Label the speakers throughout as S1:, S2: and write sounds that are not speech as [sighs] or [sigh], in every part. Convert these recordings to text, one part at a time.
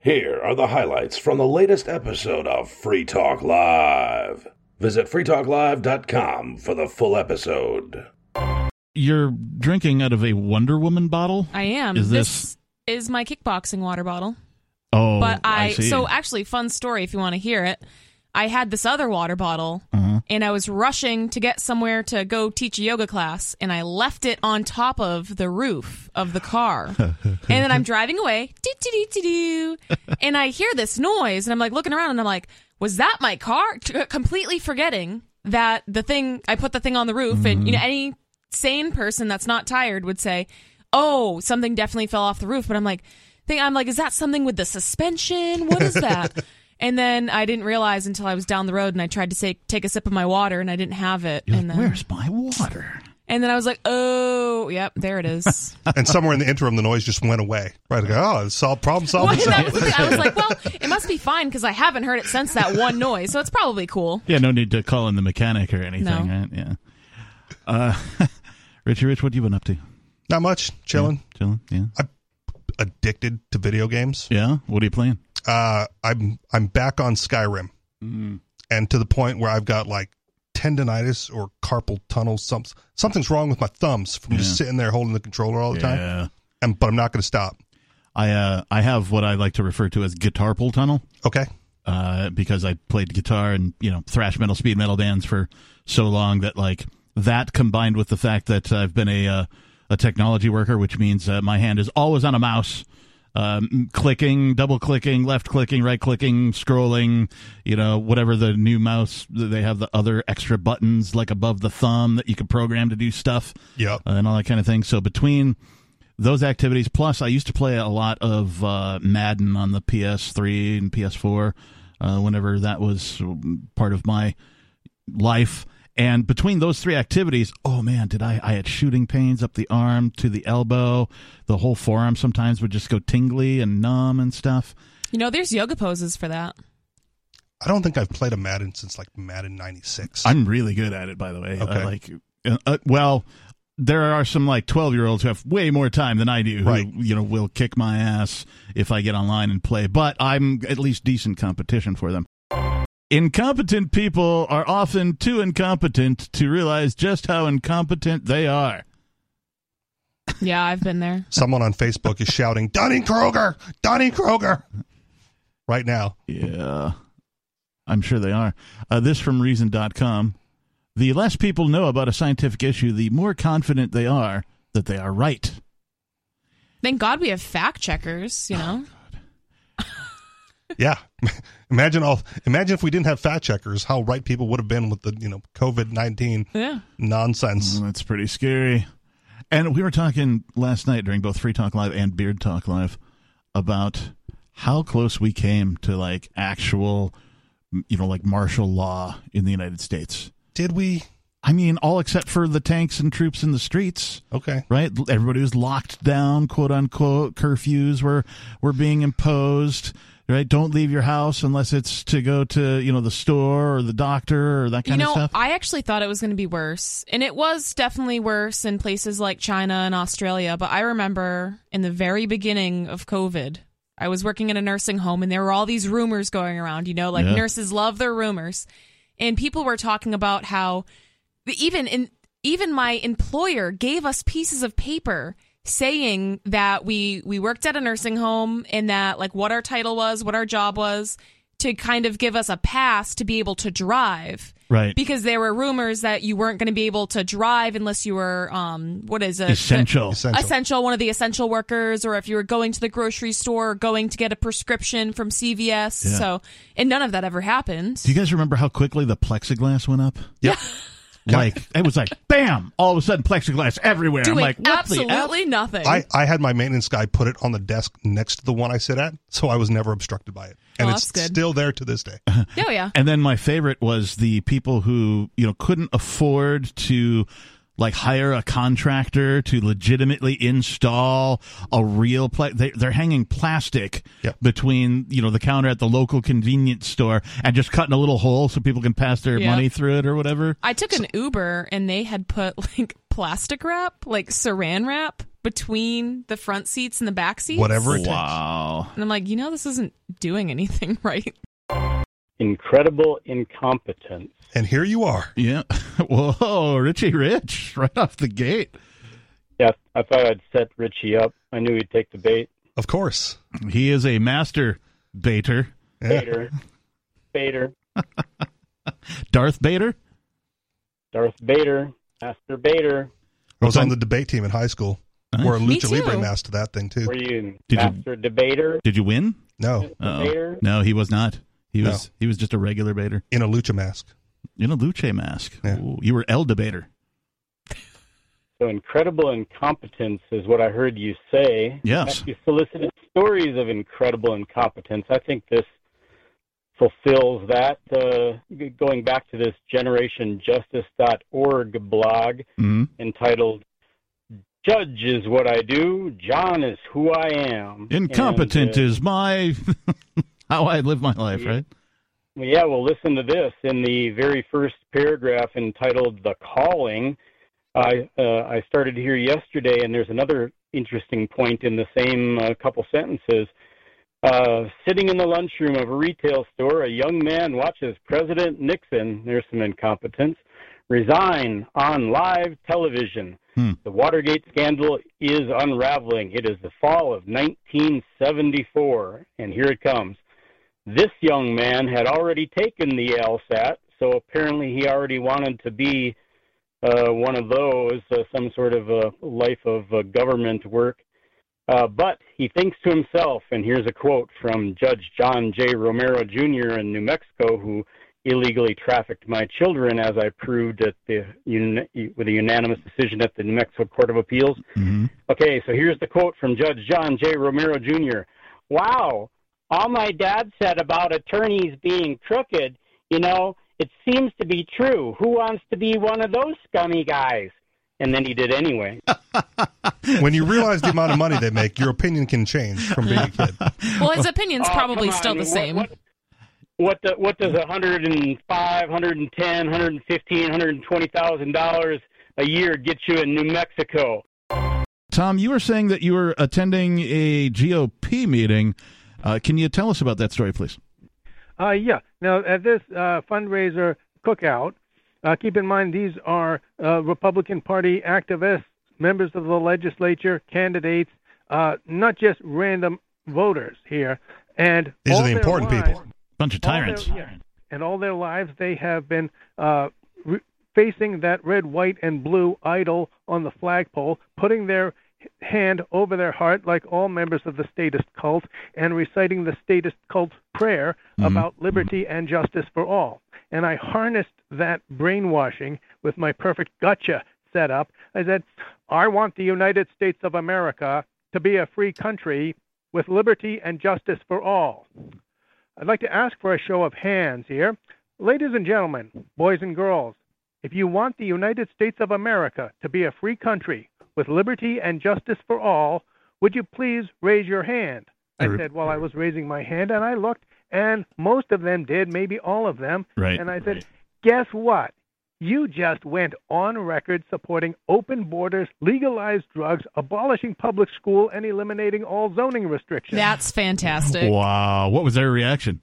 S1: Here are the highlights from the latest episode of Free Talk Live. Visit freetalklive.com for the full episode.
S2: You're drinking out of a Wonder Woman bottle.
S3: I am.
S2: Is
S3: this, is my kickboxing water bottle.
S2: Oh,
S3: But I,
S2: I, see.
S3: so actually fun story if you want to hear it. I had this other water bottle
S2: Uh-huh.
S3: and I was rushing to get somewhere to go teach a yoga class and I left it on top of the roof of the car.
S2: [laughs]
S3: and then I'm driving away, doo, doo, doo, doo, doo, and I hear this noise and I'm like looking around and I'm like, was that my car? T- uh, completely forgetting that the thing I put the thing on the roof and
S2: Mm-hmm.
S3: you know any sane person that's not tired would say, "Oh, something definitely fell off the roof." But I'm like, think I'm like, is that something with the suspension? What
S2: [laughs]
S3: is that? and then I didn't realize until I was down the road and I tried to say, take a sip of my water and I didn't have it.
S2: You're
S3: and
S2: like,
S3: then
S2: where's my water?
S3: and then I was like, "Oh, yep, there it is."
S4: and somewhere in the interim, the noise just went away. Right? Like, oh, it's all problem
S3: well,
S4: solving.
S3: and that was the thing. I was like, "Well, it must be fine because I haven't heard it since that one noise, so it's probably cool."
S2: Yeah, no need to call in the mechanic or anything,
S3: No.
S2: right? Yeah. Uh, [laughs] Richie Rich, what you been up to?
S4: Not much. Chilling.
S2: Chilling? Yeah.
S4: Addicted to video games.
S2: Yeah. What are you playing?
S4: Uh, I'm I'm back on Skyrim,
S2: Mm.
S4: and to the point where I've got like tendonitis or carpal tunnel. Some, something's wrong with my thumbs from
S2: Yeah.
S4: just sitting there holding the controller all the time.
S2: Yeah.
S4: And but I'm not going to stop.
S2: I uh, I have what I like to refer to as guitar pull tunnel.
S4: Okay.
S2: uh, because I played guitar and you know thrash metal, speed metal bands for so long that like that combined with the fact that I've been a uh, a technology worker, which means uh, my hand is always on a mouse, um, clicking, double clicking, left clicking, right clicking, scrolling, you know whatever the new mouse they have the other extra buttons like above the thumb that you can program to do stuff
S4: Yep.
S2: uh, and all that kind of thing. So between those activities, plus I used to play a lot of uh, Madden on the PS3 and PS4, uh, whenever that was um, part of my life. And between those three activities, oh man, did I? I had shooting pains up the arm to the elbow. The whole forearm sometimes would just go tingly and numb and stuff.
S3: You know, there's yoga poses for that.
S4: I don't think I've played a Madden since like Madden '96.
S2: I'm really good at it, by the way. I
S4: Okay.
S2: like, uh, uh, well, there are some like twelve year olds who have way more time than I do. Who,
S4: Right.
S2: You know, will kick my ass if I get online and play. But I'm at least decent competition for them. Incompetent people are often too incompetent to realize just how incompetent they are.
S3: Yeah, I've been there.
S4: Someone on Facebook is shouting, "Dunning Kroger, Dunning Kroger!" Right now.
S2: Yeah. I'm sure they are. Uh, this from Reason.com. The less people know about a scientific issue, the more confident they are that they are right.
S3: Thank God we have fact checkers. You know,
S4: Yeah. [laughs] imagine all imagine if we didn't have fact checkers, how right people would have been with the, you know, COVID nineteen
S3: yeah.
S4: nonsense.
S2: Well, that's pretty scary. And we were talking last night during both Free Talk Live and Beard Talk Live about how close we came to like actual, m- you know, like martial law in the United States.
S4: Did we?
S2: I mean, all except for the tanks and troops in the streets,
S4: Okay.
S2: right? Everybody was locked down, quote unquote. Curfews were were being imposed, right? Don't leave your house unless it's to go to you know the store or the doctor or that
S3: You
S2: kind
S3: know,
S2: of stuff.
S3: I actually thought it was going to be worse, and it was definitely worse in places like China and Australia. But I remember in the very beginning of COVID, I was working in a nursing home, and there were all these rumors going around. You know, like
S2: Yeah.
S3: nurses love their rumors, and people were talking about how even in even my employer gave us pieces of paper saying that we we worked at a nursing home and that like what our title was, what our job was to kind of give us a pass to be able to drive.
S2: Right.
S3: Because there were rumors that you weren't going to be able to drive unless you were um what is it?
S2: Essential.
S4: Essential.
S3: essential, one of the essential workers, or if you were going to the grocery store or going to get a prescription from CVS.
S2: Yeah.
S3: So, and none of that ever happened.
S2: Do you guys remember how quickly the plexiglass went up?
S3: [laughs]
S4: Yep.
S2: Like it was like bam! All of a sudden, plexiglass everywhere. I'm
S3: Doing
S2: like, what the F?
S3: absolutely nothing.
S4: I, I had my maintenance guy put it on the desk next to the one I sit at, so I was never obstructed by it. And
S3: Oh,
S4: it's
S3: that's good.
S4: still there to this day.
S3: oh yeah.
S2: And then my favorite was the people who you know couldn't afford to like hire a contractor to legitimately install a real pla- they, they're hanging plastic
S4: Yep.
S2: between you know the counter at the local convenience store and just cutting a little hole so people can pass their
S3: Yeah.
S2: money through it or whatever
S3: [laughs] I took an Uber and they had put like plastic wrap, like saran wrap, between the front seats and the back seats.
S4: Whatever it
S2: Wow.
S3: And I'm like, you know, this isn't doing anything [laughs]
S2: [laughs]
S3: right.
S5: Incredible incompetence.
S4: takes. And here you are.
S2: Yeah. [laughs] Whoa, Richie Rich, right off the gate.
S5: Yeah, I thought I'd set Richie up. I knew he'd take the bait.
S4: Of course.
S2: He is a master baiter.
S4: Yeah.
S5: Bader. Bader.
S2: Darth Bader?
S5: Darth Bader. Master Bader.
S4: I was
S2: Well,
S4: on the debate team in high school.
S2: Nice.
S4: Wore a
S3: Me
S4: lucha
S3: too.
S4: libre mask to that thing too.
S5: Were you
S2: Did you-
S5: Master Debater?
S2: Did you win?
S4: No,
S6: [laughs]
S5: Mr.
S2: Uh-oh.
S5: Bader?
S2: No, he was not. He
S4: No.
S2: was he was just a regular baiter
S4: in a lucha mask.
S2: in a Luce mask.
S4: Yeah.
S2: Ooh, you were El debater.
S5: So incredible incompetence is what I heard you say.
S2: Yes.
S5: You solicited stories of incredible incompetence. I think this fulfills that. Uh, going back to this generationjustice.org blog
S2: Mm-hmm.
S5: entitled Judge is What I Do, John is Who I Am.
S2: Incompetent
S5: And, uh,
S2: is my [laughs] how I live my life,
S5: Yeah.
S2: right?
S5: Yeah, well, listen to this. In the very first paragraph entitled "The Calling," I uh, I started here yesterday, and there's another interesting point in the same uh, couple sentences. Uh, sitting in the lunchroom of a retail store, a young man watches President Nixon. There's some incompetence. Resign on live television.
S2: Hmm.
S5: The Watergate scandal is unraveling. It is the fall of 1974, and here it comes. This young man had already taken the LSAT, so apparently he already wanted to be uh, one of those, uh, some sort of uh, life of uh, government work. Uh, but he thinks to himself, and here's a quote from Judge John J. Romero Jr. in New Mexico, who illegally trafficked my children, as I proved at the un- with a unanimous decision at the New Mexico Court of Appeals.
S2: Mm-hmm.
S5: Okay, so here's the quote from Judge John J. Romero Jr. Wow, all my dad said about attorneys being crooked, you know, it seems to be true. Who wants to be one of those scummy guys? And then he
S3: [laughs]
S5: did anyway.
S4: When you realize the amount of money they make, your opinion can change from being a kid.
S3: Well, his opinion's
S5: Oh,
S3: probably
S5: come on.
S3: still the
S5: What-
S3: same.
S5: What, what, the, what does 105, 110, 115, 120,000 dollars a year get you in New Mexico?
S2: Tom, you were saying that you were attending a GOP meeting. Uh, can you tell us about that story, please?
S6: Uh, yeah. Now, at this uh, fundraiser cookout, uh, keep in mind these are uh, Republican Party activists, members of the legislature, candidates, uh, not just random voters here. And
S4: These
S6: all
S4: are the
S6: their
S4: important
S6: lives-
S4: people.
S2: Bunch of
S6: all their-
S2: tyrants.
S6: yeah, and all their lives, they have been uh, re- facing that red, white, and blue idol on the flagpole, putting their h- hand over their heart, like all members of the statist cult, and reciting the statist cult prayer
S2: Mm-hmm.
S6: about liberty and justice for all. And I harnessed that brainwashing with my perfect gotcha setup. I said, I want the United States of America to be a free country with liberty and justice for all. I'd like to ask for a show of hands here. Ladies and gentlemen, boys and girls, if you want the United States of America to be a free country with liberty and justice for all, would you please raise your hand? I
S2: Every-
S6: said while I was raising my hand, and I looked, and most of them did, maybe all of them.
S2: Right,
S6: And I said, Guess what? You just went on record supporting open borders, legalized drugs, abolishing public school, and eliminating all zoning restrictions.
S3: That's fantastic.
S2: Wow. What was their reaction?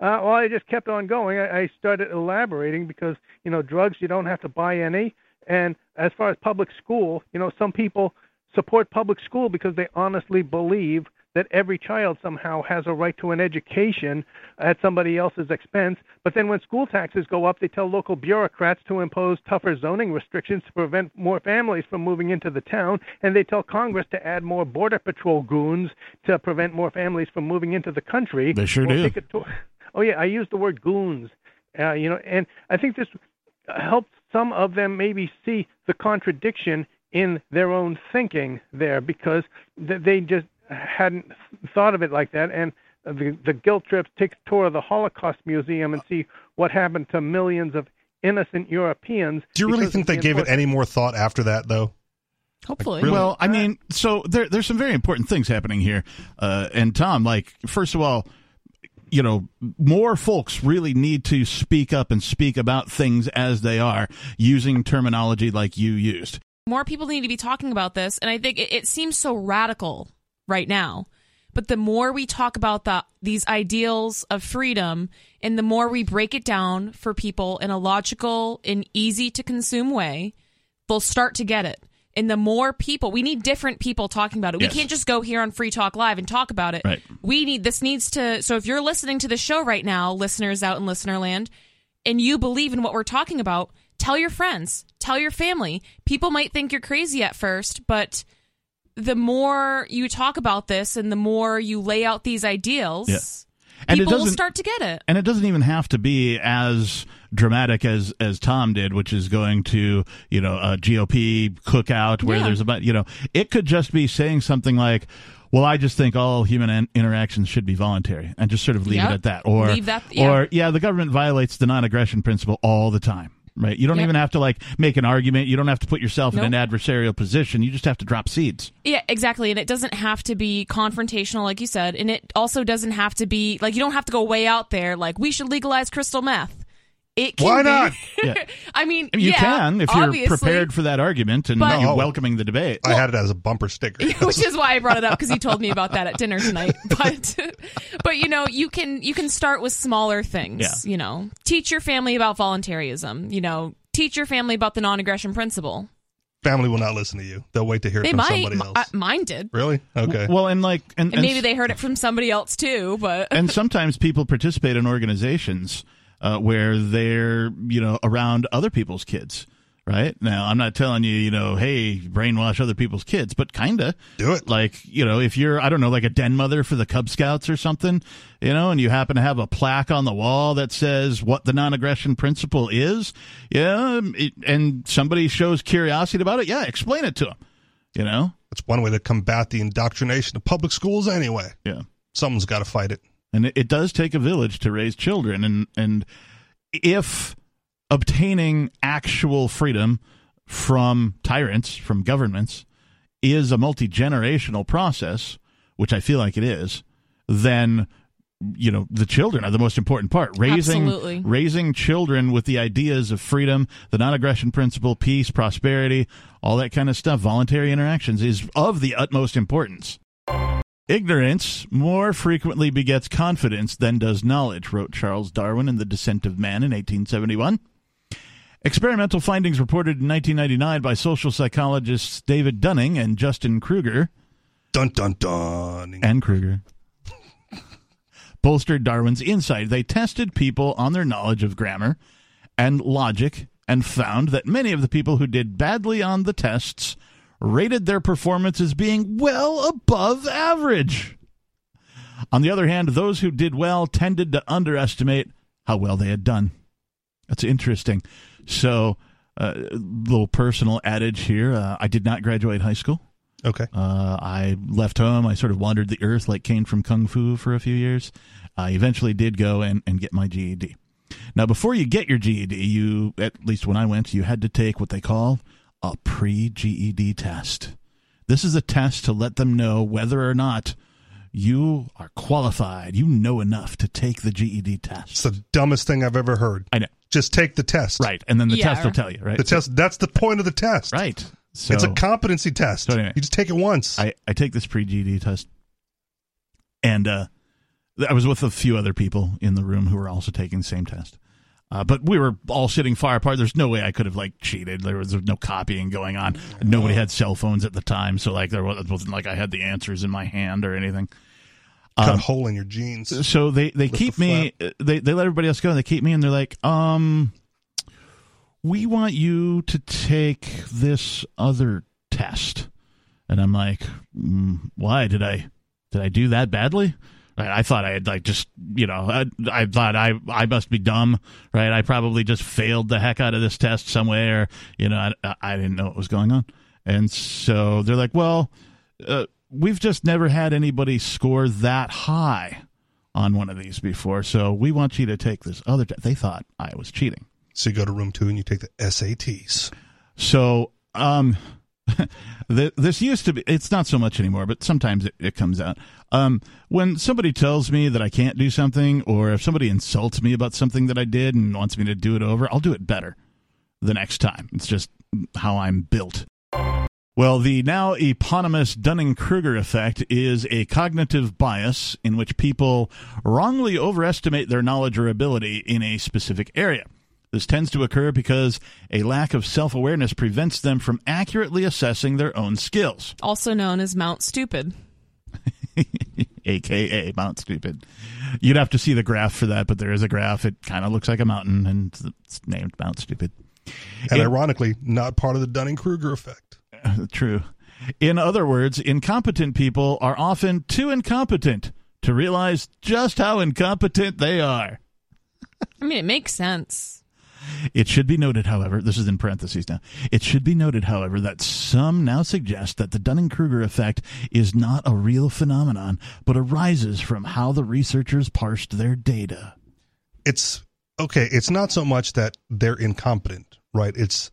S6: Uh, well, I just kept on going. I, I started elaborating because you know drugs you don't have to buy any, and as far as public school, you know some people support public school because they honestly believe that every child somehow has a right to an education at somebody else's expense. But then when school taxes go up, they tell local bureaucrats to impose tougher zoning restrictions to prevent more families from moving into the town, and they tell Congress to add more border patrol goons to prevent more families from moving into the country.
S2: They sure
S6: Well,
S2: do.
S6: take a tour- Oh yeah, I used the word goons. Uh, you know, and I think this helped some of them maybe see the contradiction in their own thinking there because th- they just hadn't thought of it like that. And the the guilt trips take a tour of the Holocaust Museum and see what happened to millions of innocent Europeans.
S4: Do you really
S6: because
S4: think
S6: of the
S4: they gave it
S6: enforcement.
S4: any more thought after that, though?
S3: Hopefully.
S2: Well, I mean, so there, there's some very important things happening here. Uh, and Tom, like, first of all, you know, more folks really need to speak up and speak about things as they are using terminology like you used.
S3: More people need to be talking about this, and I think it, it seems so radical right now. But the more we talk about the, these ideals of freedom, and the more we break it down for people in a logical and easy to consume way, they'll start to get it. And the more people, we need different people talking about it.
S2: Yes.
S3: We can't just go here on Free Talk Live and talk about it.
S2: Right.
S3: We need this needs to. So if you're listening to the show right now, listeners out in listener land, and you believe in what we're talking about, tell your friends, tell your family. People might think you're crazy at first, but the more you talk about this and the more you lay out these ideals,
S2: Yeah. And it
S3: people will
S2: doesn't-
S3: start to get it.
S2: and it doesn't even have to be as dramatic as as Tom did, which is going to you know a GOP cookout where
S3: Yeah.
S2: there's about you know it could just be saying something like. Well, I just think all human in- interactions should be voluntary, and just sort of leave
S3: Yep.
S2: it at that. Or,
S3: Leave that- yeah.
S2: or yeah, the government violates the non-aggression principle all the time, right? You don't
S3: Yep.
S2: even have to like make an argument. You don't have to put yourself in
S3: Nope.
S2: an adversarial position. You just have to drop seeds.
S3: [laughs] Yeah, exactly. And it doesn't have to be confrontational, like you said. And it also doesn't have to be like you don't have to go way out there. Like we should legalize crystal meth. It can
S4: Why
S3: be-
S4: not?
S2: Yeah.
S3: I mean,
S2: I mean, you
S3: yeah,
S2: can if you're
S3: obviously,
S2: prepared for that argument and
S3: But-
S2: you're
S4: No.
S2: welcoming the debate.
S4: I had it as a
S2: [laughs]
S4: bumper sticker.
S3: which is why I brought it up because he told me about that at dinner tonight. [laughs] But, but you know, you can you can start with smaller things.
S2: Yeah.
S3: You know, teach your family about voluntarism. You know, teach your family about the non-aggression principle.
S4: Family will not listen to you. They'll wait to hear it
S3: They
S4: from
S3: might.
S4: somebody
S3: M-
S4: else.
S3: I- mine did,
S4: really? Okay.
S2: Well, and like, and,
S3: and
S2: and
S3: maybe they heard it from somebody else too. But
S2: and sometimes people participate in organizations uh, where they're you know around other people's kids right now i'm not telling you you know hey brainwash other people's kids but kinda
S4: Do it.
S2: like you know if you're i don't know like a den mother for the cub scouts or something you know and you happen to have a plaque on the wall that says what the non-aggression principle is yeah um, it, and somebody shows curiosity about it yeah explain it to them you know
S4: That's one way to combat the indoctrination of public schools anyway.
S2: yeah
S4: Someone's got to fight it.
S2: and it, it does take a village to raise children and and if obtaining actual freedom from tyrants from governments is a multi-generational process which i feel like it is then you know the children are the most important part raising
S3: Absolutely.
S2: raising children with the ideas of freedom the non-aggression principle peace prosperity all that kind of stuff voluntary interactions is of the utmost importance Ignorance more frequently begets confidence than does knowledge, wrote Charles Darwin in The Descent of Man in 1871. Experimental findings reported in 1999 by social psychologists David Dunning and Justin Kruger
S4: Dun dun dun.
S2: and Kruger bolstered Darwin's insight. They tested people on their knowledge of grammar and logic and found that many of the people who did badly on the tests rated their performance as being well above average. On the other hand, those who did well tended to underestimate how well they had done. That's interesting. So, uh, little personal adage here. Uh, I did not graduate high school.
S4: Okay.
S2: Uh, I left home. I sort of wandered the earth like Kane from Kung Fu for a few years. I eventually did go and, and get my GED. Now, before you get your GED, you, at least when I went, you had to take what they call a pre GED test. This is a test to let them know whether or not you are qualified, you know enough to take the GED
S4: It's
S2: test.
S4: the dumbest thing I've ever heard.
S2: I know.
S4: Just take the test.
S2: Right. And then the
S3: Yeah.
S2: test will tell you, right?
S4: The test. That's the point of the test.
S2: Right. So
S4: it's a competency test.
S2: So anyway.
S4: you just take it once.
S2: I, I take this pre GD test, and uh, th- I was with a few other people in the room who were also taking the same test. Uh, but we were all sitting far apart. There's no way I could have like cheated. There was no copying going on. Nobody had cell phones at the time, so like there wa- it wasn't like I had the answers in my hand or anything.
S4: Cut
S2: um,
S4: a hole in your jeans.
S2: So they they
S4: With
S2: keep
S4: the
S2: me. uh, They they let everybody else go. And they keep me, and they're like, um, we want you to take this other test. And I'm like, mm, why did I did I do that badly? I, I thought I had like just you know I, I thought I I must be dumb, right? I probably just failed the heck out of this test somewhere. You know, I, I didn't know what was going on, and so they're like, well, uh, we've just never had anybody score that high on one of these before, so we want you to take this other. T-. They thought I was cheating.
S4: So you go to room two and you take the SATs.
S2: So, um, [laughs] th- this used to be, it's not so much anymore, but sometimes it, it comes out. Um, when somebody tells me that I can't do something, or if somebody insults me about something that I did and wants me to do it over, I'll do it better the next time. It's just how I'm built. Well, the now eponymous Dunning Kruger effect is a cognitive bias in which people wrongly overestimate their knowledge or ability in a specific area. This tends to occur because a lack of self awareness prevents them from accurately assessing their own skills, [laughs]
S3: also known as Mount Stupid.
S2: aka Mount Stupid. You'd have to see the graph for that, but there is a graph. It kind of looks like a mountain, and it's named Mount Stupid. It-
S4: And ironically, not part of the Dunning Kruger effect.
S2: [laughs] True. In other words, incompetent people are often too incompetent to realize just how incompetent they are.
S3: I mean, it makes sense.
S2: It should be noted, however, this is in parentheses now. It should be noted, however, that some now suggest that the Dunning Kruger effect is not a real phenomenon, but arises from how the researchers parsed their data.
S4: It's okay. It's not so much that they're incompetent, right? It's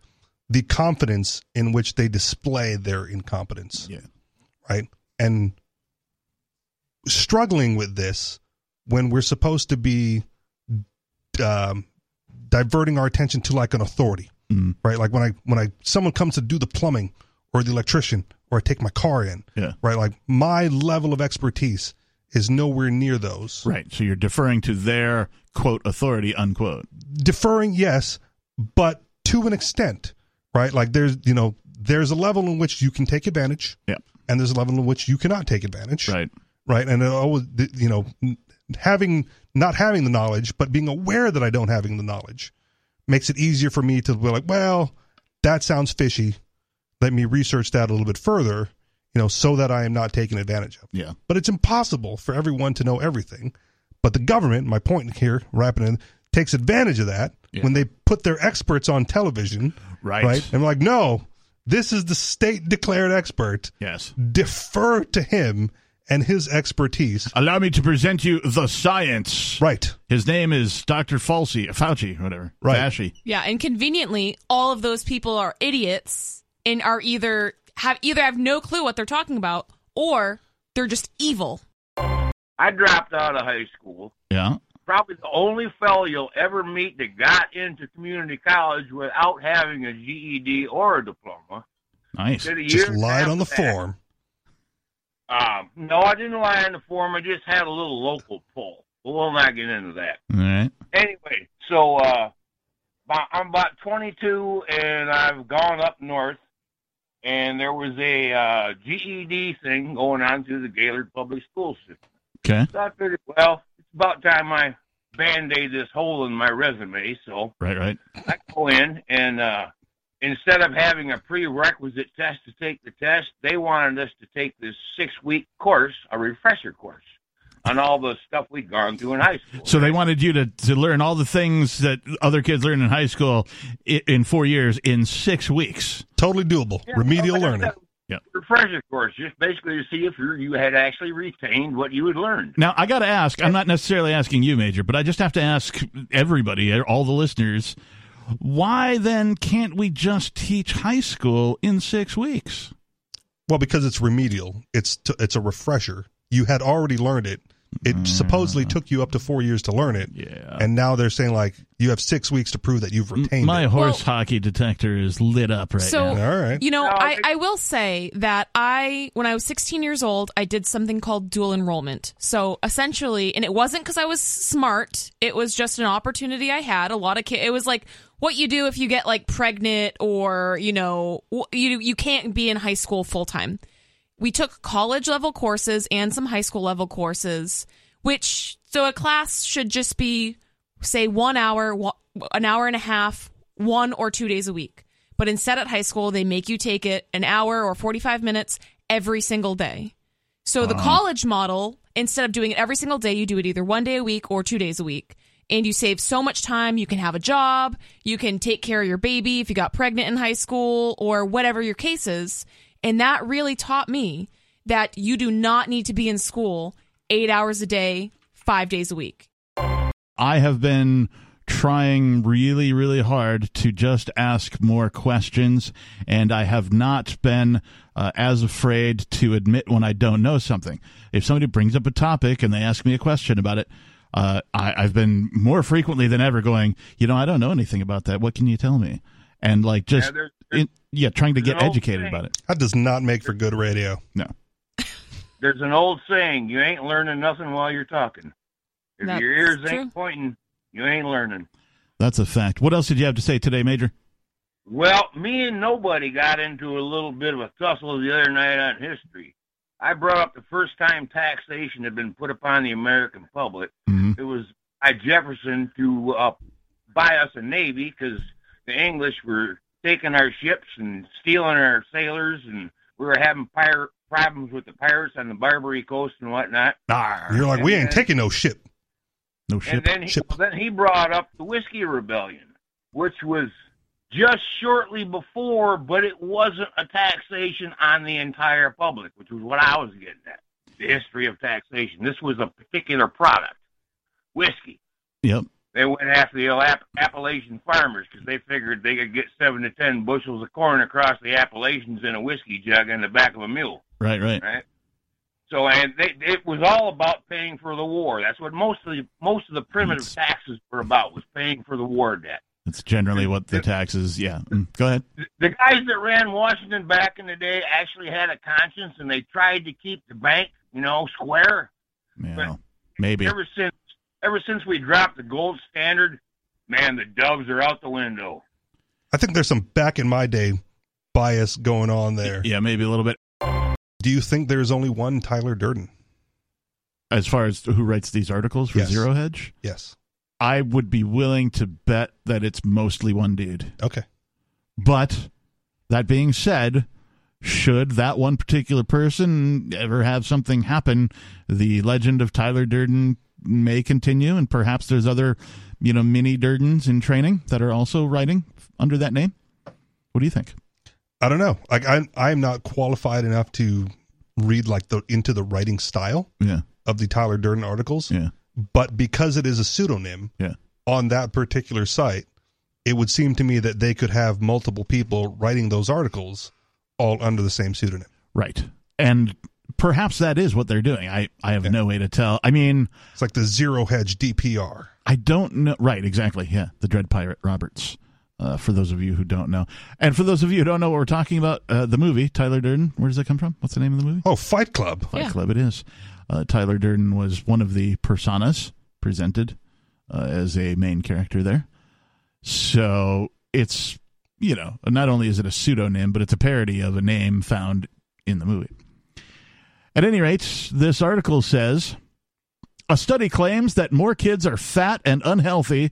S4: the confidence in which they display their incompetence,
S2: Yeah.
S4: right? And struggling with this when we're supposed to be um, diverting our attention to like an authority,
S2: Mm.
S4: right? Like when I when I someone comes to do the plumbing or the electrician or I take my car in,
S2: Yeah.
S4: right? Like my level of expertise is nowhere near those.
S2: Right. So you're deferring to their quote authority unquote.
S4: Deferring, yes, but to an extent, right? Like there's you know there's a level in which you can take advantage,
S2: Yeah.
S4: and there's a level in which you cannot take advantage,
S2: Right.
S4: Right, and it always th- you know n- having not having the knowledge, but being aware that I don't having the knowledge makes it easier for me to be like, well, that sounds fishy. Let me research that a little bit further, you know, so that I am not taken advantage of
S2: Yeah.
S4: but it's impossible for everyone to know everything. But the government, my point here, wrapping in, takes advantage of that
S2: Yeah.
S4: when they put their experts on television,
S2: Right.
S4: And we're like, no, this is the state declared expert.
S2: Yes.
S4: Defer to him and his expertise.
S2: Allow me to present you the science.
S4: Right.
S2: His name is Dr. Falsey, Fauci, whatever.
S4: Right.
S2: Fasci.
S3: Yeah, and conveniently, all of those people are idiots and are either have either have no clue what they're talking about or they're just evil.
S7: I dropped out of high school.
S2: Yeah.
S7: Probably the only fellow you'll ever meet that got into community college without having a GED or a diploma.
S2: Nice.
S7: Did a
S4: Just
S7: year
S4: lied on the
S7: after that.
S4: form.
S7: Um, no, I didn't lie on the form. I just had a little local pull. But we'll not get into that.
S2: All right.
S7: Anyway, so uh, about- I'm about 22, and I've gone up north, and there was a uh, GED thing going on through the Gaylord Public School System.
S2: Okay.
S7: So I figured, well, it's about time I band aid this hole in my resume. So
S2: Right, right.
S7: I go in, and uh, instead of having a prerequisite test to take the test, they wanted us to take this six week course, a refresher course, on all the stuff we'd gone through in high school.
S2: So they wanted you to, to learn all the things that other kids learn in high school in, in four years in six weeks.
S4: Totally doable. Remedial
S7: like I
S4: learning.
S7: said,
S2: Yep.
S7: Refresher course, just basically to see if you you had actually retained what you had learned.
S2: Now, I got to ask, I'm not necessarily asking you, Major, but I just have to ask everybody, all the listeners, why then can't we just teach high school in six weeks?
S4: Well, because it's remedial. It's t- it's a refresher. You had already learned it. It
S2: Mm.
S4: supposedly took you up to four years to learn it,
S2: Yeah.
S4: and now they're saying like you have six weeks to prove that you've retained
S2: My
S4: it.
S2: horse hockey detector is lit up right
S3: So-
S2: now.
S4: All right.
S3: You know,
S7: No,
S3: I,
S7: it-
S3: I will say that I, when I was 16 years old, I did something called dual enrollment. So essentially, and it wasn't because I was smart, it was just an opportunity I had. A lot of kids, it was like what you do if you get like pregnant or, you know, w- you, you can't be in high school full time. We took college level courses and some high school level courses, which, so a class should just be, say, one hour, wa- an hour and a half, one or two days a week. But instead, at high school, they make you take it an hour or 45 minutes every single day. So the college model, instead of doing it every single day, you do it either one day a week or two days a week. And you save so much time. You can have a job. You can take care of your baby if you got pregnant in high school or whatever your case is. And that really taught me that you do not need to be in school eight hours a day, five days a week.
S2: I have been trying really, really hard to just ask more questions, and I have not been uh, as afraid to admit when I don't know something. If somebody brings up a topic and they ask me a question about it, uh, I, I've been more frequently than ever going, you know, I don't know anything about that. What can you tell me? and like
S7: Yeah,
S2: just
S7: there's,
S2: in, yeah, trying to get
S7: there's an old
S2: educated
S7: saying.
S2: about it.
S4: That does not make for good radio.
S7: there's an old saying: you ain't learning nothing while you're talking. If
S3: That's
S7: your ears
S3: true.
S7: ain't pointing, you ain't learning.
S2: That's a fact. What else did you have to say today, Major?
S7: Well, me and nobody got into a little bit of a tussle the other night on history. I brought up the first time taxation had been put upon the American public.
S2: Mhm.
S7: It was by Jefferson to uh, buy us a navy because the English were taking our ships and stealing our sailors, and we were having pirate problems with the pirates on the Barbary Coast and whatnot.
S4: You're like, we ain't
S7: Yeah.
S4: taking no shit.
S2: No shit.
S7: And then he,
S4: Ship.
S7: well, then he brought up the Whiskey Rebellion, which was just shortly before, but it wasn't a taxation on the entire public, which was what I was getting at. The history of taxation. This was a particular product, whiskey.
S2: Yep.
S7: They went after the App- Appalachian farmers because they figured they could get seven to ten bushels of corn across the Appalachians in a whiskey jug on the back of a mule.
S2: Right. Right.
S7: Right. So and they, it was all about paying for the war. That's what most of the most of the primitive
S2: Yes.
S7: taxes were about was paying for the war debt.
S2: That's generally what the taxes. Yeah. Mm. Go ahead.
S7: The- The guys that ran Washington back in the day actually had a conscience, and they tried to keep the bank, you know, square.
S2: Yeah. Maybe.
S7: Ever since ever since we dropped the gold standard, man, the doves are out the window.
S4: I think there's some back in my day bias going on there.
S2: Yeah. Maybe a little bit.
S4: Do you think there's only one Tyler Durden?
S2: As far as who writes these articles for
S4: Yes.
S2: Zero Hedge,
S4: Yes.
S2: I would be willing to bet that it's mostly one dude.
S4: Okay.
S2: But that being said, should that one particular person ever have something happen, the legend of Tyler Durden may continue, and perhaps there's other, you know, mini Durdens in training that are also writing under that name. What do you think?
S4: I don't know. Like I I'm not qualified enough to read like the into the writing style
S2: Yeah,
S4: of the Tyler Durden articles.
S2: yeah,
S4: But because it is a pseudonym
S2: Yeah.
S4: on that particular site, it would seem to me that they could have multiple people writing those articles all under the same pseudonym.
S2: right. And perhaps that is what they're doing. I I have no way to tell. I mean,
S4: It's like the Zero Hedge DPR.
S2: I don't know. Right, exactly. Yeah, the Dread Pirate Roberts. Uh, for those of you who don't know, and for those of you who don't know what we're talking about, uh, the movie Tyler Durden. Where does that come from? What's the name of the movie?
S4: Oh, Fight Club.
S2: Fight
S3: Yeah.
S2: Club. It is. Uh, Tyler Durden was one of the personas presented uh, as a main character there. So it's you know not only is it a pseudonym, but it's a parody of a name found in the movie. At any rate, this article says a study claims that more kids are fat and unhealthy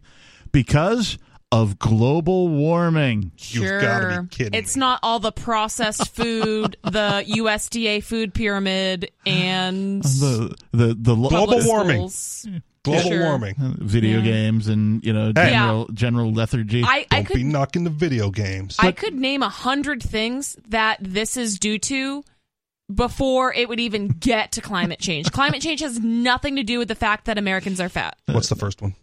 S2: because of global warming.
S4: You've
S3: Sure.
S4: gotta be kidding
S3: It's
S4: me.
S3: not all the
S4: [laughs]
S3: processed food, the USDA food pyramid,
S4: [sighs]
S3: and
S2: The the the lo- uh,
S4: Global
S3: public
S4: warming.
S3: schools.
S4: Global
S3: Sure.
S4: warming.
S2: video
S3: Yeah.
S2: games and you know
S4: Hey.
S2: general general lethargy.
S3: I, I
S4: Don't
S3: could
S4: be knocking the video games.
S3: I could name a hundred things that this is due to before it would even get to climate change. climate change has nothing to do with the fact that Americans are fat.
S4: What's the first one?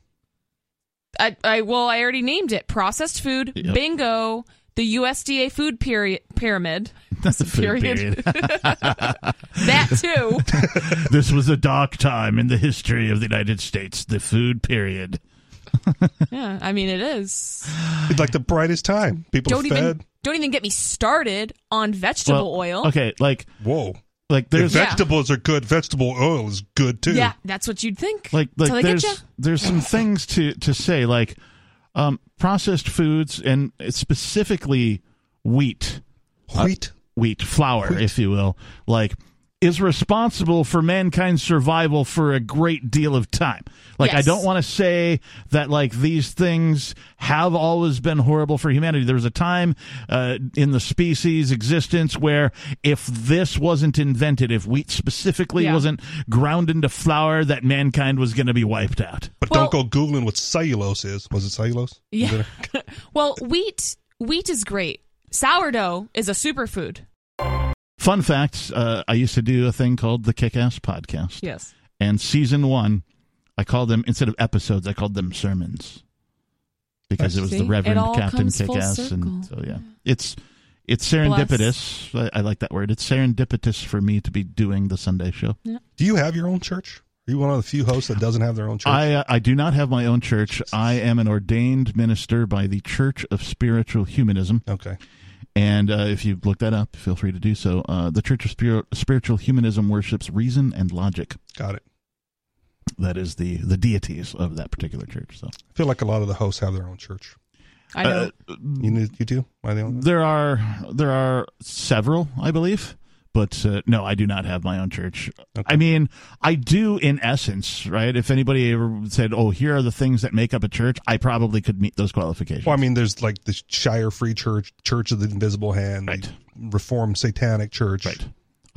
S3: I, I well, I already named it: processed food,
S2: Yep.
S3: bingo, the USDA food period, pyramid.
S2: That's a food
S3: period. [laughs] That too.
S4: [laughs]
S2: this was a dark time in the history of the United States, the food period.
S3: yeah, I mean it is.
S4: It's like the brightest time. People
S3: Don't
S4: fed.
S3: even don't even get me started on vegetable
S2: Well,
S3: oil.
S2: Okay, like
S4: Whoa.
S2: like
S4: If
S2: there's
S3: Yeah.
S4: vegetables are good, vegetable oil is good too.
S3: Yeah, that's what you'd think.
S2: like like
S3: Till they get
S2: there's
S3: ya.
S2: there's some things to to say like um processed foods and specifically wheat
S4: Wheat.
S2: wheat flour if you will like is responsible for mankind's survival for a great deal of time like i
S3: Yes.
S2: don't want to say that like these things have always been horrible for humanity there was a time uh, in the species existence where if this wasn't invented if wheat specifically
S3: Yeah.
S2: wasn't ground into flour that mankind was going to be wiped out
S4: But
S3: Well-
S4: don't go googling what cellulose is. Was it cellulose?
S3: Yeah. [laughs]
S4: Is it
S2: [laughs]
S3: Well, wheat wheat is great. Sourdough is a superfood.
S2: fun fact uh, i used to do a thing called the kick-ass podcast
S3: Yes.
S2: and season one, I called them instead of episodes, I called them sermons because it was
S3: See?
S2: the Reverend
S3: It all
S2: Captain
S3: comes full
S2: Kickass, and
S3: circle.
S2: so yeah, it's it's serendipitous. I, I like that word. It's serendipitous for me to be doing the Sunday show.
S4: a- Do you have your own church? Are you one of the few hosts that doesn't have their own church?
S2: I uh, I do not have my own church. I am an ordained minister by the Church of Spiritual Humanism,
S4: okay.
S2: and uh, if you look that up, feel free to do so. Uh, the Church of Spir- Spiritual Humanism worships reason and logic.
S4: Got it.
S2: That is the the deities of that particular church. So
S4: I feel like a lot of the hosts have their own church.
S3: I know.
S4: You need, you do? Am I the only one?
S2: there are there are several, I believe, but uh, no, I do not have my own church. I mean, I do in essence, right? If anybody ever said, "Oh, here are the things that make up a church," I probably could meet those qualifications.
S4: Well, I mean, there's like the Shire Free Church, Church of the Invisible Hand,
S2: Right.
S4: the Reformed Satanic Church.
S2: Right.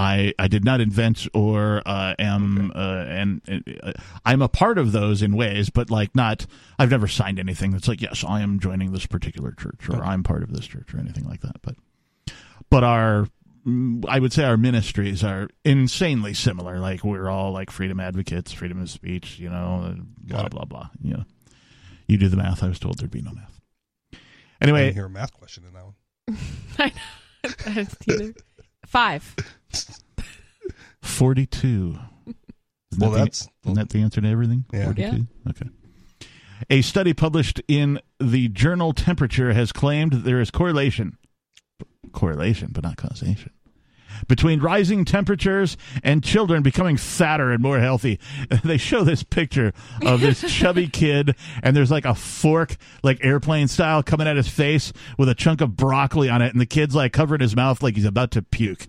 S2: I, I did not invent or uh, am uh, and uh, I'm a part of those in ways, but like not. I've never signed anything that's like yes, I am joining this particular church or I'm part of this church or anything like that. But but our mm, I would say our ministries are insanely similar. Like we're all like freedom advocates, freedom of speech, you know, blah
S4: it.
S2: blah blah. You know, you do the math. I was told there'd be no math.
S4: I
S2: Anyway,
S4: didn't hear a math question in that one.
S3: I know. I
S2: Uh,
S3: [laughs] don't either. Five.
S2: forty two.
S4: Well, that's
S2: Isn't that the answer to everything?
S4: Yeah.
S2: 42? Okay. A study published in the journal Temperature has claimed that there is correlation, correlation, but not causation, between rising temperatures and children becoming fatter and more healthy. [laughs] They show this picture of this chubby kid, and there's like a fork, like airplane style, coming at his face with a chunk of broccoli on it, and the kid's like covering his mouth like he's about to puke.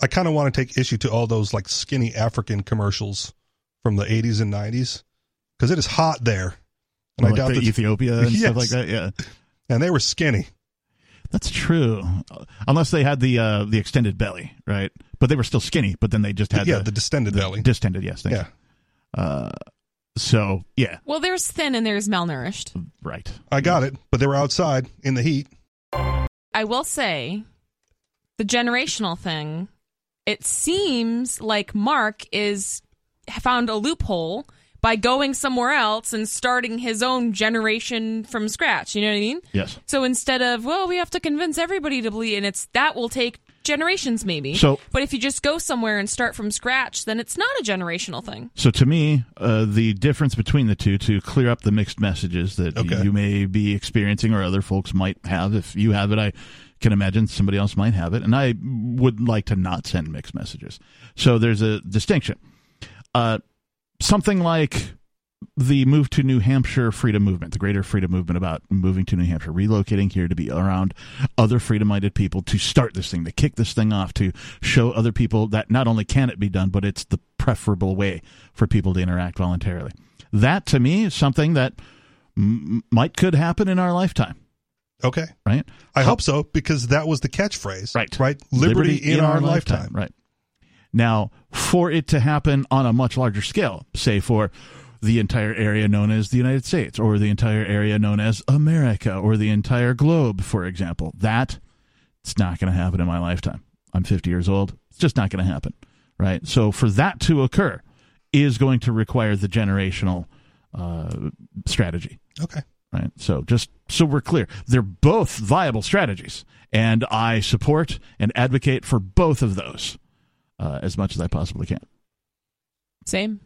S4: I kind of want to take issue to all those like skinny African commercials from the 80s and 90s because it is hot there, and I
S2: Like
S4: doubt
S2: the
S4: that.
S2: Ethiopia and
S4: Yes.
S2: stuff like that. Yeah.
S4: and they were skinny.
S2: That's true, unless they had the uh, the extended belly, right? But they were still skinny. But then they just had
S4: yeah, the,
S2: the,
S4: distended belly.
S2: distended. Yes, thank
S4: yeah,
S2: you. Uh, so yeah,
S3: Well, there's thin and there's malnourished.
S2: right.
S4: I got it, but they were outside in the heat.
S3: I will say the generational thing, it seems like Mark is found a loophole by going somewhere else and starting his own generation from scratch. You know what I mean?
S2: Yes.
S3: So instead of, well, we have to convince everybody to believe and it's that will take generations maybe.
S2: So-
S3: but if you just go somewhere and start from scratch, then it's not a generational thing.
S2: So to me, uh, the difference between the two to clear up the mixed messages that
S4: Okay.
S2: you may be experiencing or other folks might have. If you have it, I can imagine somebody else might have it, and I would like to not send mixed messages. So there's a distinction. Uh, something like the move to New Hampshire freedom movement, the greater freedom movement about moving to New Hampshire, relocating here to be around other freedom minded people to start this thing, to kick this thing off, to show other people that not only can it be done, but it's the preferable way for people to interact voluntarily. That to me is something that m- might could happen in our lifetime,
S4: Okay,
S2: right?
S4: I hope so because that was the catchphrase.
S2: Right.
S4: right. Liberty, in, our, lifetime.
S2: Right. Now, for it to happen on a much larger scale, say for the entire area known as the United States or the entire area known as America or the entire globe, for example, that it's not going to happen in my lifetime. I'm 50 years old. It's just not going to happen. Right. So for that to occur is going to require the generational uh, strategy
S4: Okay,
S2: right? So just so we're clear, they're both viable strategies, and I support and advocate for both of those uh, as much as I possibly can.
S3: Same.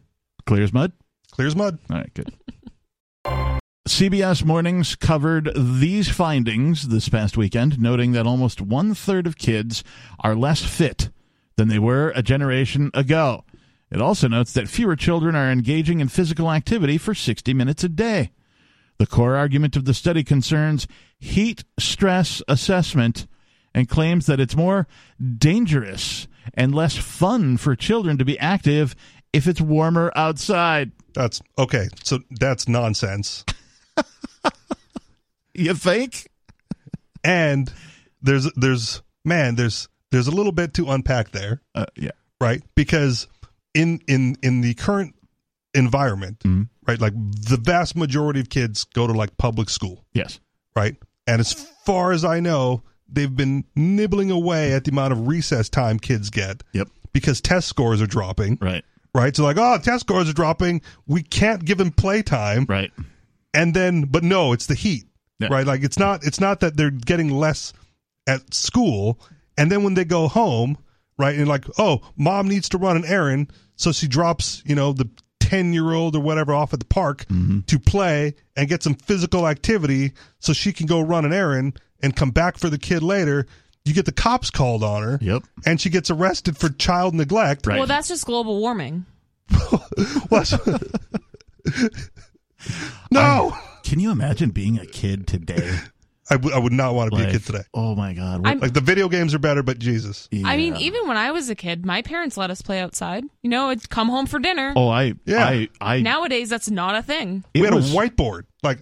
S2: Clear as mud.
S4: clear as mud.
S2: All right, good. CBS Mornings covered these findings this past weekend, noting that almost one third of kids are less fit than they were a generation ago. It also notes that fewer children are engaging in physical activity for 60 minutes a day. The core argument of the study concerns heat stress assessment and claims that it's more dangerous and less fun for children to be active if it's warmer outside.
S4: That's okay. So that's nonsense.
S2: You think?
S4: And there's there's man there's there's a little bit to unpack there.
S2: Uh, yeah.
S4: right because in in in the current environment
S2: Mm-hmm.
S4: right like the vast majority of kids go to like public school
S2: Yes.
S4: right and as far as i know they've been nibbling away at the amount of recess time kids get
S2: Yep.
S4: because test scores are dropping
S2: Right.
S4: right so like oh test scores are dropping we can't give them playtime
S2: Right.
S4: and then but no it's the heat
S2: Yeah.
S4: right like it's not it's not that they're getting less at school and then when they go home right and like oh mom needs to run an errand so she drops you know the 10 year old or whatever off at the park
S2: Mhm.
S4: to play and get some physical activity so she can go run an errand and come back for the kid later. You get the cops called on her
S2: Yep.
S4: and she gets arrested for child neglect. [laughs]
S2: Right.
S3: Well, that's just global warming.
S4: Well,
S2: [laughs]
S4: no,
S2: Can you imagine being a kid
S4: [laughs]
S2: today?
S4: I would- I would not want to be a kid
S2: Like,
S4: today.
S2: Oh my God.
S3: I'm-
S4: Like the video games are better, but Jesus.
S3: I mean,
S2: Yeah.
S3: even when I was a kid, my parents let us play outside. You know, I'd come home for dinner.
S2: Oh, I.
S4: Yeah.
S2: I. I.
S3: Nowadays, that's not a thing.
S2: it
S4: we had
S2: was-
S4: a whiteboard, like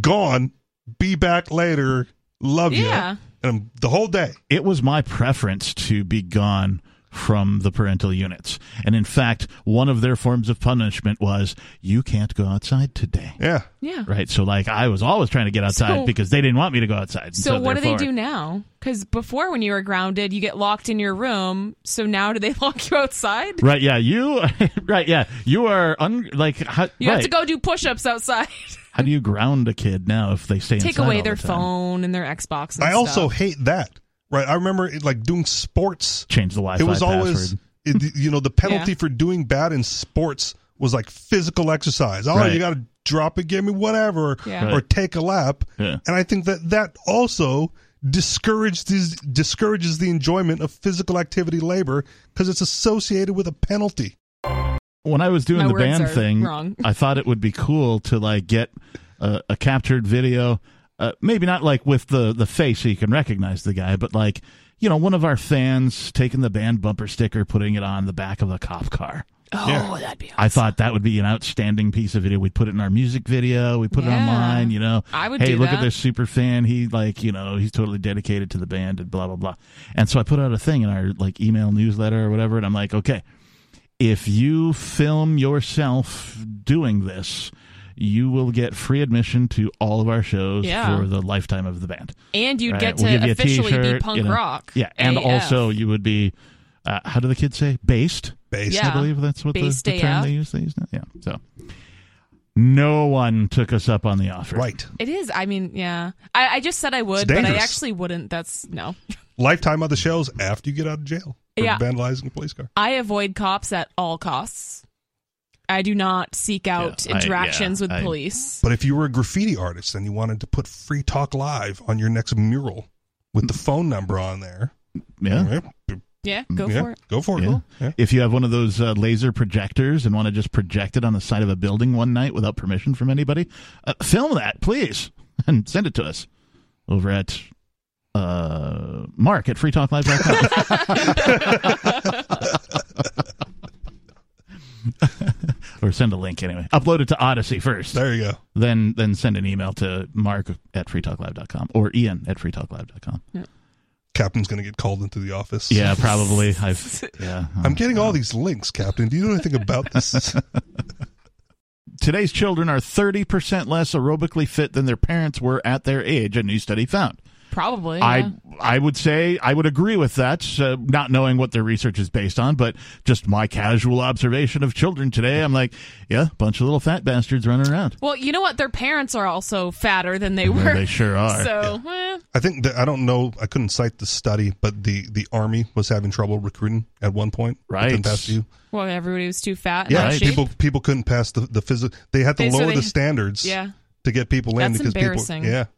S4: gone, be back later, love
S3: Yeah.
S4: you, and the whole day.
S2: it was my preference to be gone from the parental units. And in fact, one of their forms of punishment was you can't go outside today.
S4: Yeah,
S3: Yeah.
S2: Right. So like I was always trying to get outside
S3: So-
S2: because they didn't want me to go outside. and
S3: So, what do they
S2: therefore-
S3: do now? Because before, when you were grounded, you get locked in your room. So now, do they [laughs] lock you outside?
S2: Right, yeah, you. [laughs] Right, yeah, you are un, like. How,
S3: You have to
S2: right.
S3: go do push-ups outside.
S2: How do you ground a kid now if they stay
S3: [laughs] Take
S2: inside
S3: away
S2: all
S3: their
S2: the time?
S3: phone and their Xbox. And
S4: I also
S3: stuff.
S4: hate that. Right, I remember it, like doing sports.
S2: Change the Wi-Fi
S4: it was always,
S2: password.
S4: it, you know, the penalty
S3: Yeah.
S4: for doing bad in sports was like physical exercise. Oh,
S2: Right.
S4: you got to drop a gimme, whatever,
S3: Yeah.
S4: or
S2: Right.
S4: take a lap.
S2: Yeah.
S4: And I think that that also discourages discourages the enjoyment of physical activity labor because it's associated with a penalty.
S2: when I was doing
S3: My
S2: the
S3: words
S2: band
S3: are
S2: thing,
S3: wrong.
S2: I thought it would be cool to like get a, a captured video, uh, maybe not like with the the face so you can recognize the guy, but like you know one of our fans taking the band bumper sticker, putting it on the back of a cop car.
S3: Oh,
S4: Yeah.
S3: that'd be. Awesome.
S2: I thought that would be an outstanding piece of video. We put it in our music video. We put it
S3: Yeah.
S2: online. You know,
S3: I would
S2: Hey,
S3: do
S2: look at
S3: that.
S2: this super fan. He like you know he's totally dedicated to the band and blah blah blah. And so I put out a thing in our like email newsletter or whatever, and I'm like, okay, if you film yourself doing this. You will get free admission to all of our shows
S3: Yeah.
S2: for the lifetime of the band.
S3: and you'd
S2: right?
S3: get to
S2: We'll give you a
S3: officially be
S2: t-shirt,
S3: punk
S2: you know.
S3: rock.
S2: Yeah, and
S3: AF.
S2: also you would be, uh, how do the kids say, based?
S4: Based.
S3: Yeah.
S2: I believe that's what the,
S3: Based
S2: the term
S3: AF.
S2: they use these now. Yeah. So no one took us up on the offer.
S4: Right.
S3: It is. I mean, yeah. I, I just said I would,
S4: It's
S3: but I
S4: dangerous.
S3: actually wouldn't. That's no.
S4: Lifetime of the shows after you get out of jail for
S3: Yeah.
S4: vandalizing a police car.
S3: I avoid cops at all costs. I do not seek out
S2: Yeah, I-
S3: interactions
S2: yeah,
S3: with
S2: I-
S3: police.
S4: But if you were a graffiti artist and you wanted to put Free Talk Live on your next mural with the phone number on there,
S2: Yeah.
S4: yeah,
S3: Yeah, go
S4: yeah,
S3: for it.
S4: Go for it.
S2: Yeah.
S4: Yeah.
S2: If you have one of those uh, laser projectors and want to just project it on the side of a building one night without permission from anybody, uh, film that, please, [laughs] and send it to us over at uh, mark at freetalklive.com. [laughs] or send a link anyway. Upload it to Odyssey first.
S4: There you go.
S2: then then send an email to mark at freetalklive.com or ian at freetalklive.com
S4: Captain's going to get called into the
S3: [laughs]
S4: office.
S2: yeah probably i've yeah
S4: I'm getting all these links, Captain. Do you know anything
S2: [laughs]
S4: about this?
S2: today's children are 30% less aerobically fit than their parents were at their age a new study found
S3: Probably. yeah.
S2: I I would say I would agree with that, uh, not knowing what their research is based on, but just my casual observation of children today. I'm like, yeah, bunch of little fat bastards running around.
S3: Well, you know what? Their parents are also fatter than they
S2: Well,
S3: were.
S2: they sure are.
S3: [laughs] So, eh,
S4: I think that I don't know. I couldn't cite the study, but the the army was having trouble recruiting at one point. They
S2: Right.
S4: couldn't pass you.
S3: well, everybody was too fat. and
S4: Yeah,
S3: out of shape.
S4: people people couldn't pass the the physical. They had to
S3: They- so
S4: lower
S3: they-
S4: the standards
S3: Yeah.
S4: to get people in
S3: That's
S4: because
S3: embarrassing.
S4: people. Yeah, [laughs]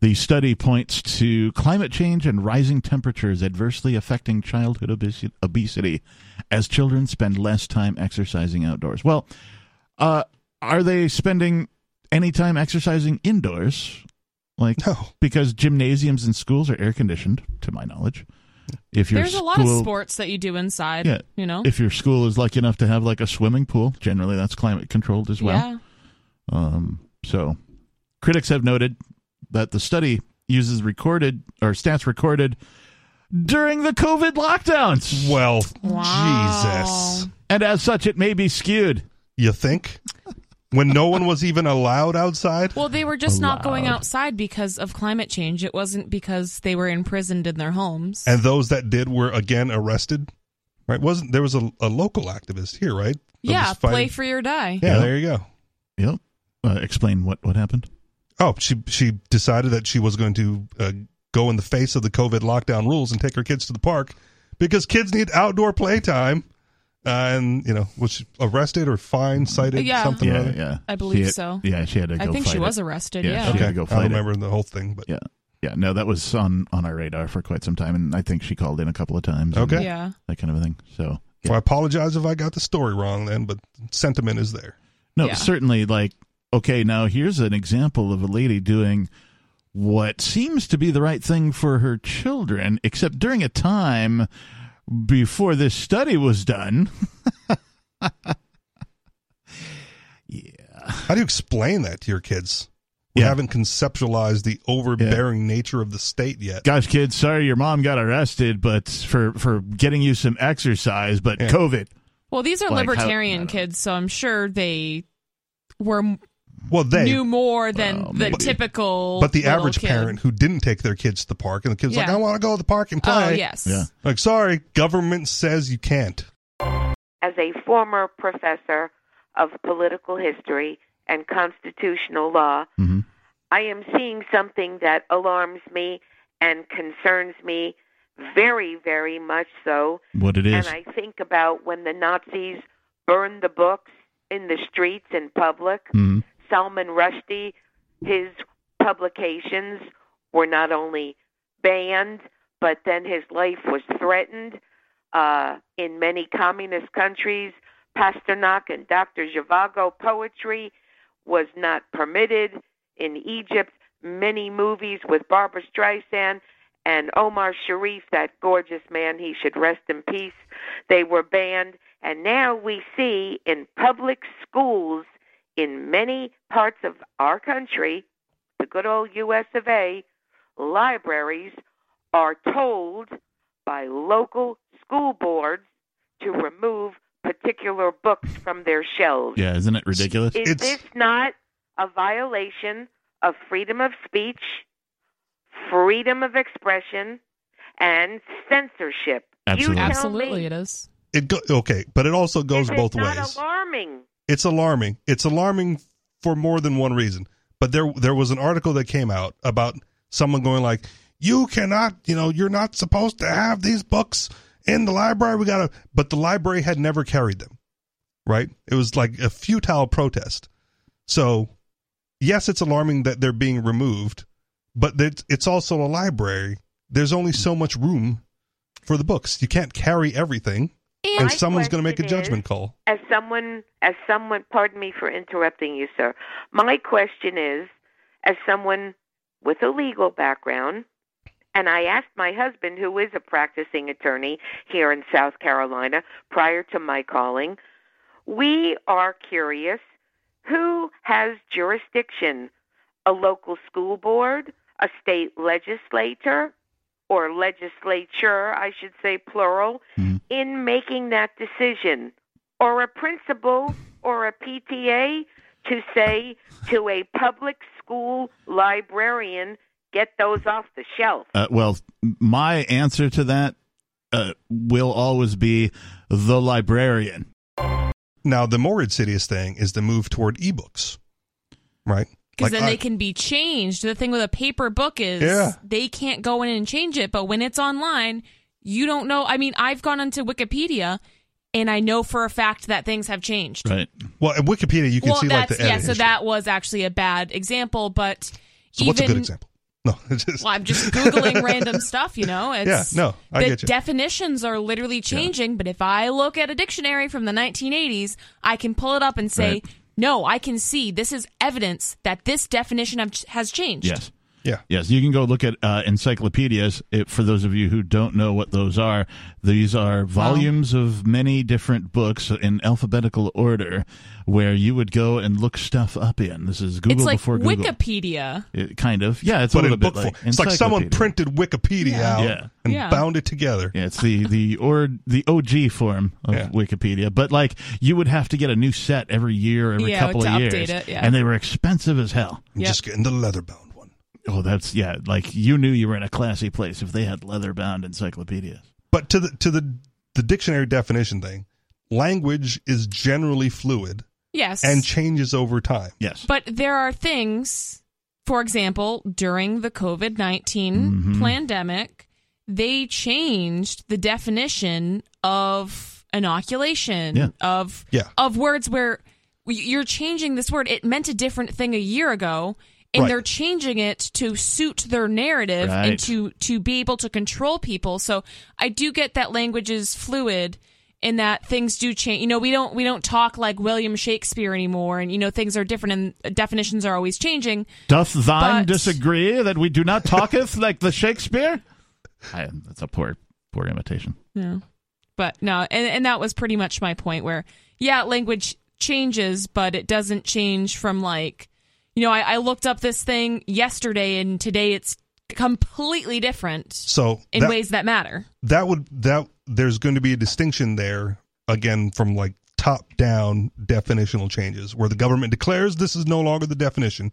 S2: The study points to climate change and rising temperatures adversely affecting childhood obes- obesity as children spend less time exercising outdoors. Well, uh, are they spending any time exercising indoors? Like,
S4: no.
S2: because gymnasiums and schools are air conditioned, to my knowledge. If your
S3: There's a
S2: school,
S3: lot of sports that you do inside,
S2: Yeah.
S3: you know?
S2: If your school is lucky enough to have like a swimming pool, generally that's climate controlled as well.
S3: Yeah.
S2: Um, so, critics have noted that the study uses recorded or stats recorded during the COVID lockdowns,
S4: Well,
S3: Wow.
S4: Jesus.
S2: and as such, it may be skewed.
S4: You think? When no one was even allowed outside?
S3: Well, they were just not going
S2: Allowed.
S3: outside because of climate change. It wasn't because they were imprisoned in their homes.
S4: And those that did were again arrested. Right? Wasn't there was a, a local activist here, right? That
S3: yeah,
S4: was fighting-
S3: play free or die.
S4: Yeah,
S2: Yeah.
S4: there you go.
S2: Yep. Uh, explain what what happened.
S4: Oh, she she decided that she was going to uh, go in the face of the COVID lockdown rules and take her kids to the park because kids need outdoor playtime. uh, and you know was arrested or fined, cited,
S3: Yeah.
S4: something. or
S2: Yeah,
S4: other.
S2: yeah.
S3: I believe
S2: She had-
S3: so.
S2: Yeah, she had to go.
S3: I think she
S2: fight
S3: was
S2: It.
S3: arrested.
S2: Yeah,
S3: Yeah.
S2: she-
S4: Okay,
S2: had to go
S4: I
S2: fight it.
S4: don't remember the whole thing, but
S2: Yeah, no, that was on on our radar for quite some time, and I think she called in a couple of times. and
S4: Okay.
S3: Yeah.
S2: that kind of a thing. So yeah.
S4: well, I apologize if I got the story wrong then, but sentiment is there.
S2: No,
S3: Yeah.
S2: certainly. Like, okay, now here's an example of a lady doing what seems to be the right thing for her children, except during a time before this study was done.
S4: How do you explain that to your kids? We
S2: Yeah.
S4: haven't conceptualized the overbearing nature of the state yet.
S2: Gosh, kids, sorry your mom got arrested, but for for getting you some exercise, but
S4: Yeah.
S2: COVID.
S3: Well, these are
S2: Like how- I
S3: libertarian
S2: don't-
S3: kids, so I'm sure they were m
S4: Well, they,
S3: knew more than
S2: Well,
S3: the
S2: maybe.
S3: typical.
S4: but the
S3: little
S4: average
S3: kid.
S4: parent who didn't take their kids to the park, and the kid's like,
S3: Yeah.
S4: I want to go to the park and play.
S3: Oh yes.
S2: Yeah.
S4: Like, sorry, government says you can't.
S8: as a former professor of political history and constitutional law,
S2: Mm-hmm.
S8: I am seeing something that alarms me and concerns me very, very much so.
S2: What it is?
S8: And I think about when the Nazis burned the books in the streets in public.
S2: Mhm.
S8: Salman Rushdie, his publications were not only banned, but then his life was threatened. Uh, in many communist countries, Pasternak and Dr. Zhivago poetry was not permitted. In Egypt, many movies with Barbara Streisand and Omar Sharif, that gorgeous man, he should rest in peace, they were banned. And now we see in public schools in many parts of our country, the good old US of A, libraries are told by local school boards to remove particular books from their shelves.
S2: Yeah, isn't it ridiculous?
S8: Is
S4: It's-
S8: this not a violation of freedom of speech, freedom of expression, and censorship? You
S2: Absolutely.
S8: tell
S3: Absolutely,
S8: me.
S3: it is.
S4: It go- okay, but it also goes
S8: Is it
S4: both
S8: not
S4: ways.
S8: alarming.
S4: it's alarming. It's alarming for more than one reason. But there there was an article that came out about someone going like, "You cannot, you know, you're not supposed to have these books in the library. We got to but the library had never carried them. Right? It was like a futile protest. So, yes, it's alarming that they're being removed, but that it's also a library. There's only so much room for the books. You can't carry everything,
S3: And
S4: and
S8: My
S4: someone's going to make a
S8: question is-
S4: judgment call.
S8: as someone as someone pardon me for interrupting you sir my question is as someone with a legal background and i asked my husband who is a practicing attorney here in south carolina prior to my calling we are curious who has jurisdiction a local school board a state legislator or legislature i should say plural
S2: Mhm.
S8: in making that decision or a principal or a PTA to say to a public school librarian, get those off the shelf.
S2: Uh, well, my answer to that uh, will always be the librarian.
S4: Now, the more insidious thing is the move toward ebooks, right?
S3: Because
S4: Like,
S3: then
S4: I-
S3: they can be changed. The thing with a paper book is
S4: Yeah.
S3: they can't go in and change it, but when it's online, you don't know. I mean, I've gone onto Wikipedia and I know for a fact that things have changed.
S2: Right.
S4: Well, at Wikipedia, you can
S3: well,
S4: see like
S3: that's
S4: the edit
S3: yeah, so
S4: history.
S3: that was actually a bad example, but
S4: So
S3: even
S4: what's a good example? [laughs] No, it's just,
S3: Well, I'm just googling random stuff, you know. It's,
S4: Yeah, no, I
S3: the
S4: get you.
S3: definitions are literally changing, but if I look at a dictionary from the 1980s, I can pull it up and say,
S2: Right.
S3: "No, I can see this is evidence that this definition have, has changed."
S2: Yes.
S4: [laughs] yeah.
S2: Yes, you can go look at uh, encyclopedias. It, for those of you who don't know what those are, these are volumes of many different books in alphabetical order, where you would go and look stuff up in. This is Google
S3: it's like
S2: before Google.
S3: Wikipedia.
S2: It- kind of, yeah. It's a
S4: But
S2: little
S4: in
S2: bit
S4: book
S2: like
S4: form, it's like someone
S2: encyclopedia.
S4: printed Wikipedia
S3: Yeah.
S4: out
S2: Yeah.
S4: and
S3: Yeah.
S4: bound it together.
S2: Yeah, it's the the or the OG form of
S4: Yeah.
S2: Wikipedia, but like you would have to get a new set every year, every
S3: Yeah,
S2: couple
S3: to
S2: of
S3: update
S2: years,
S3: it, yeah.
S2: and they were expensive as hell.
S4: I'm
S3: Yep.
S4: just getting the leather bound one.
S2: Oh, that's yeah. Like you knew you were in a classy place if they had leather bound encyclopedias.
S4: But to the to the the dictionary definition thing, language is generally fluid
S3: Yes.
S4: and changes over time.
S2: Yes.
S3: But there are things, for example, during the COVID 19
S2: Mhm.
S3: pandemic, they changed the definition of inoculation
S2: Yeah.
S3: of
S4: Yeah.
S3: of words where you're changing this word. It meant a different thing a year ago, and
S4: Right.
S3: they're changing it to suit their narrative
S2: Right.
S3: and to to be able to control people. So I do get that language is fluid and that things do change. You know, we don't we don't talk like William Shakespeare anymore, and you know things are different and definitions are always changing.
S2: Doth thine
S3: But-
S2: disagree that we do not talketh [laughs] like the Shakespeare? I, that's a poor, poor imitation.
S3: But no, and, and that was pretty much my point where, yeah, language changes, but it doesn't change from like, you know, I, I looked up this thing yesterday and today it's completely different
S4: So
S3: in
S4: that,
S3: ways that matter.
S4: that would that there's going to be a distinction there again from like top down definitional changes where the government declares this is no longer the definition,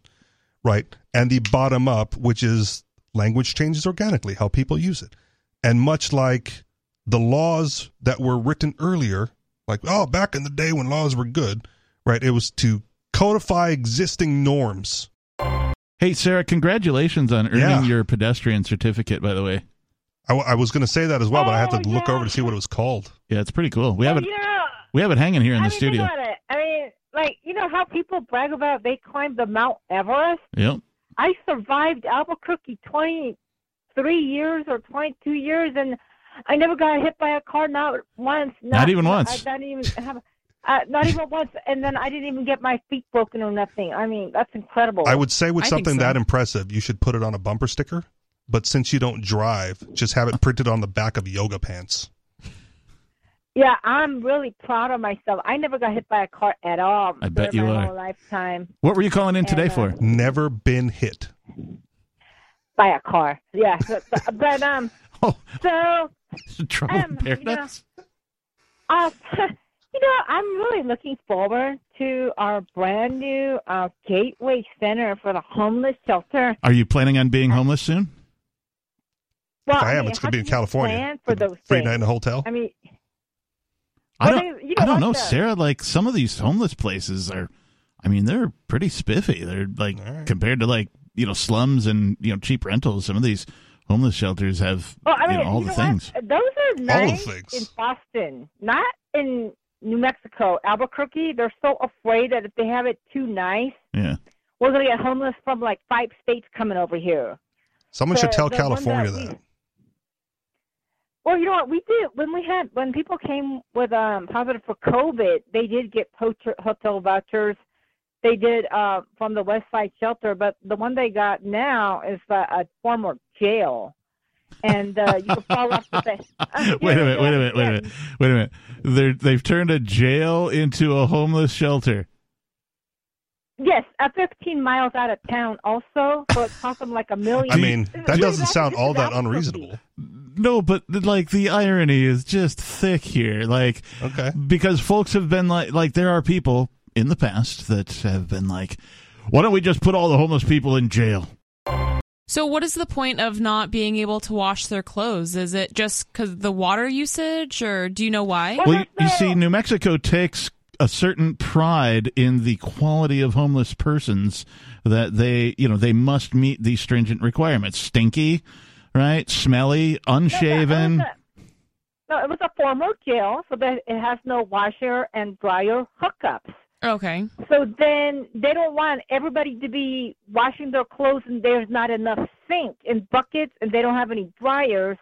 S4: right? And the bottom up, which is language changes organically, how people use it. And much like the laws that were written earlier, like oh back in the day when laws were good, right? It was to codify existing norms.
S2: Hey, Sarah, congratulations on earning
S4: Yeah.
S2: your pedestrian certificate, by the way.
S4: I, w- I was going to say that as well, but I had to
S5: Oh,
S4: look
S5: yeah.
S4: over to see what it was called.
S2: Yeah, it's pretty cool. We
S5: Well,
S2: have it
S5: you know,
S2: we have it hanging here in
S5: Oh, I
S2: the
S5: mean,
S2: studio.
S5: Think about it. I mean, like you know how people brag about they climbed the Mount Everest.
S2: Yep.
S5: I survived Albuquerque twenty-three years or twenty-two years, and I never got hit by a car. Not once. Not,
S2: Not even
S5: I-
S2: once.
S5: not even. Uh, not even once, and then I didn't even get my feet broken or nothing. I mean, that's incredible.
S4: I would say with
S3: I think
S4: something
S3: so.
S4: that impressive, you should put it on a bumper sticker. But since you don't drive, just have
S5: [laughs]
S4: it printed on the back of yoga pants.
S5: yeah, I'm really proud of myself. I never got hit by a car at all.
S2: I bet
S5: through
S2: you
S5: my
S2: are.
S5: Whole lifetime
S2: What were you calling in today
S5: And, uh,
S2: for? [laughs]
S4: Never been hit.
S5: by a car. Yeah, [laughs] but, but, but um,
S2: Oh, [laughs]
S5: so
S2: trouble
S5: um,
S2: in
S5: you
S2: paradise.
S5: Uh, [laughs] you know, I'm really looking forward to our brand new uh, Gateway Center for the Homeless Shelter.
S2: Are you planning on being homeless soon?
S5: Well,
S4: If I am,
S5: mean,
S4: it's
S5: how
S4: going to be in
S5: do you
S4: California.
S5: plan For those
S4: Free
S5: things?
S4: night in a hotel.
S5: I mean,
S2: I
S5: Well,
S2: don't.
S5: they- you
S2: I don't
S5: like
S2: know,
S5: the-
S2: Sarah. Like some of these homeless places are, I mean, they're pretty spiffy. They're like
S4: All right.
S2: compared to like you know slums and you know cheap rentals. Some of these homeless shelters have
S5: well, I
S2: you
S5: mean,
S2: know, all
S5: you
S2: the
S5: know what?
S2: things.
S5: Those are nice
S4: things.
S5: in Boston, not in New Mexico, Albuquerque. They're so afraid that if they have it too nice, [laughs]
S2: Yeah,
S5: we're going to get homeless from like five states coming over here.
S4: Someone should
S5: the-
S4: tell
S5: the one
S4: California
S5: that we-
S4: that.
S5: Well, you know what we did when we had when people came with um positive for COVID, they did get poacher, hotel vouchers. They did uh, from the West Side Shelter, but the one they got now is uh, a former jail, and uh,
S2: [laughs]
S5: you could fall off the bed.
S2: wait a minute, wait a minute, wait a minute, wait a minute. They're, they've turned a jail into a homeless shelter.
S5: Yes, uh, 15 miles out of town, also, so it cost them like a million.
S4: I
S5: [laughs]
S4: mean, that
S5: Dude,
S4: doesn't
S5: that's-
S4: sound
S5: this
S4: all
S5: is
S4: that
S5: Albuquerque.
S4: unreasonable.
S2: No, but like the irony is just thick here. Like
S4: Okay.
S2: because folks have been like like there are people in the past that have been like, why don't we just put all the homeless people in jail?
S3: So what is the point of not being able to wash their clothes? Is it just cuz the water usage or do you know why?
S5: What
S2: Well, you,
S5: about
S2: you
S5: the-
S2: see, New Mexico takes a certain pride in the quality of homeless persons that they, you know, they must meet these stringent requirements. Stinky, right? Smelly, unshaven.
S5: No, no, it was a former jail, so that it has no washer and dryer hookups.
S3: Okay.
S5: So then they don't want everybody to be washing their clothes and there's not enough sink and buckets and they don't have any dryers.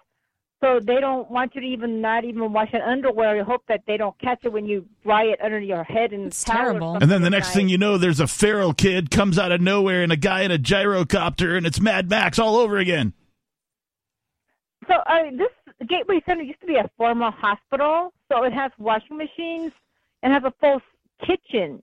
S5: So they don't want you to even not even wash an underwear. You hope that they don't catch it when you dry it under your head and
S3: It's terrible.
S2: And then the next thing you know, there's a feral kid comes out of nowhere and a guy in a gyrocopter, and it's Mad Max all over again.
S5: So uh, this Gateway Center used to be a formal hospital, so it has washing machines and has a full kitchen.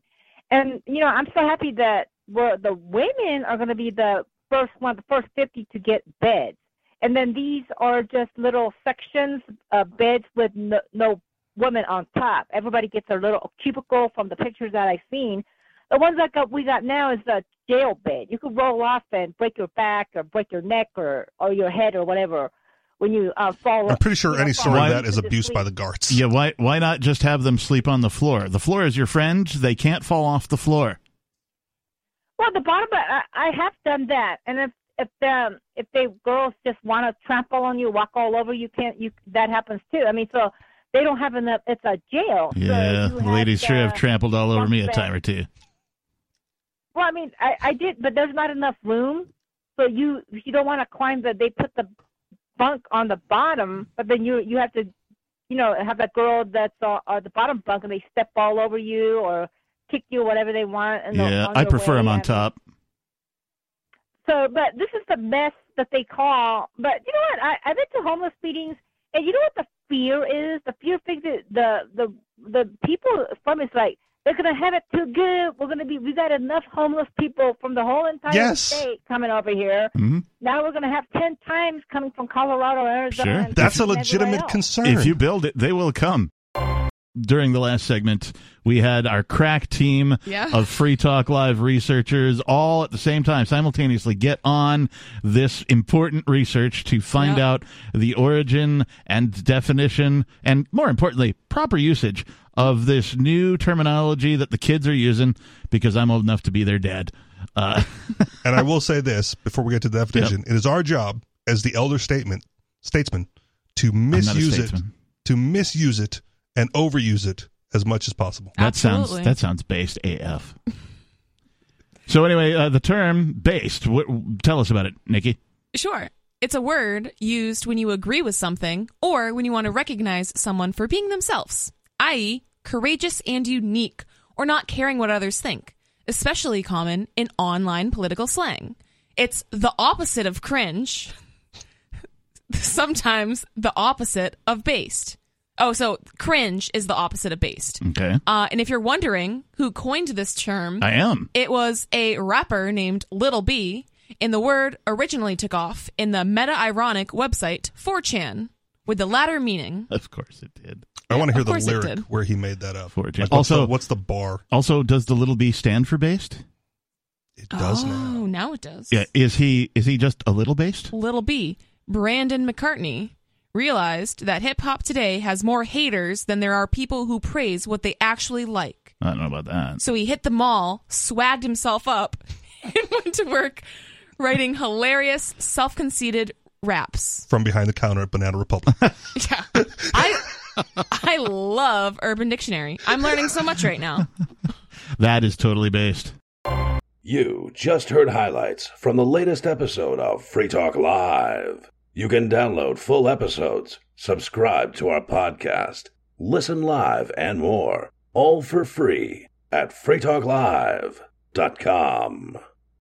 S5: And you know, I'm so happy that we're, the women are going to be the first one, the first 50 to get beds. And then these are just little sections of beds with no, no woman on top. Everybody gets a little cubicle from the pictures that I've seen. The ones that got, we got now is a jail bed. You could roll off and break your back or break your neck or, or your head or whatever when you uh, fall.
S4: I'm pretty sure
S5: you know,
S4: any
S5: fall
S4: sort of
S2: Why-
S4: that is
S5: into the
S4: abuse by
S5: sleep.
S4: the guards.
S2: Yeah, why why not just have them sleep on the floor? The floor is your friend. They can't fall off the floor.
S5: Well, the bottom, I, I have done that, and if if the if they girls just want to trample on you, walk all over you, can't you? That happens too. I mean, so they don't have enough. It's a jail. So
S2: Yeah,
S5: you
S2: the ladies sure have
S5: to-
S2: trampled all over me a
S5: back.
S2: time or two.
S5: Well, I mean, I, I did, but there's not enough room. So you you don't want to climb the. They put the bunk on the bottom, but then you you have to, you know, have that girl that's on, on the bottom bunk, and they step all over you or kick you, whatever they want. And they'll-
S2: Yeah,
S5: on
S2: I
S5: their
S2: prefer
S5: way
S2: them on
S5: and-
S2: top.
S5: So, but this is the mess that they call. But you know what? I I've been to homeless meetings, and you know what the fear is? The fear thing that the the the people from is like they're gonna have it too good. We're gonna be we got enough homeless people from the whole entire
S4: Yes.
S5: state coming over here.
S2: Mhm.
S5: Now we're gonna have ten times coming from Colorado, Arizona.
S2: Sure.
S5: and
S4: That's a
S5: everywhere
S4: legitimate
S5: else.
S4: concern.
S2: If you build it, they will come. During the last segment, we had our crack team
S3: Yeah.
S2: of Free Talk Live researchers all at the same time, simultaneously get on this important research to find
S3: Yeah.
S2: out the origin and definition, and more importantly, proper usage of this new terminology that the kids are using because I'm old enough to be their dad. Uh, [laughs]
S4: And I will say this before we get to the definition: it is our job as the elder statement statesman to
S2: not a
S4: misuse it,
S2: statesman.
S4: to misuse it, and overuse it as much as possible.
S2: That
S3: Absolutely.
S2: sounds that sounds based [laughs] AF. so anyway, uh, the term based. What, tell us about it, Nikki.
S3: Sure. It's a word used when you agree with something or when you want to recognize someone for being themselves, i.e., courageous and unique, or not caring what others think, especially common in online political slang. It's the opposite of cringe, [laughs] sometimes the opposite of based. Oh, so cringe is the opposite of based.
S2: Okay,
S3: Uh, and if you're wondering who coined this term,
S2: I am.
S3: it was a rapper named Little B, and the word originally took off in the meta ironic website 4chan, with the latter meaning.
S2: Of course, it did.
S4: I want to hear
S3: of
S4: the
S3: course it
S4: lyric
S3: did.
S4: where he made that up.
S2: For it, yeah.
S4: what's the-
S2: Also-
S4: what's the bar?
S2: Also, does the little b stand for based?
S4: It does
S3: oh,
S4: now.
S3: it does.
S2: Yeah. Is he is he just a little based?
S3: Little B, Brandon McCartney, realized that hip hop today has more haters than there are people who praise what they actually like.
S2: I don't know about that.
S3: So he hit the mall, swagged himself up, [laughs] and went to work writing hilarious, self conceited raps.
S4: From behind the counter at Banana
S2: [laughs]
S4: Republic.
S3: [laughs] Yeah. I I love Urban Dictionary. I'm learning so much right now.
S2: That is totally based.
S1: You just heard highlights from the latest episode of Free Talk Live. You can download full episodes, subscribe to our podcast, listen live, and more, all for free at freetalklive.com.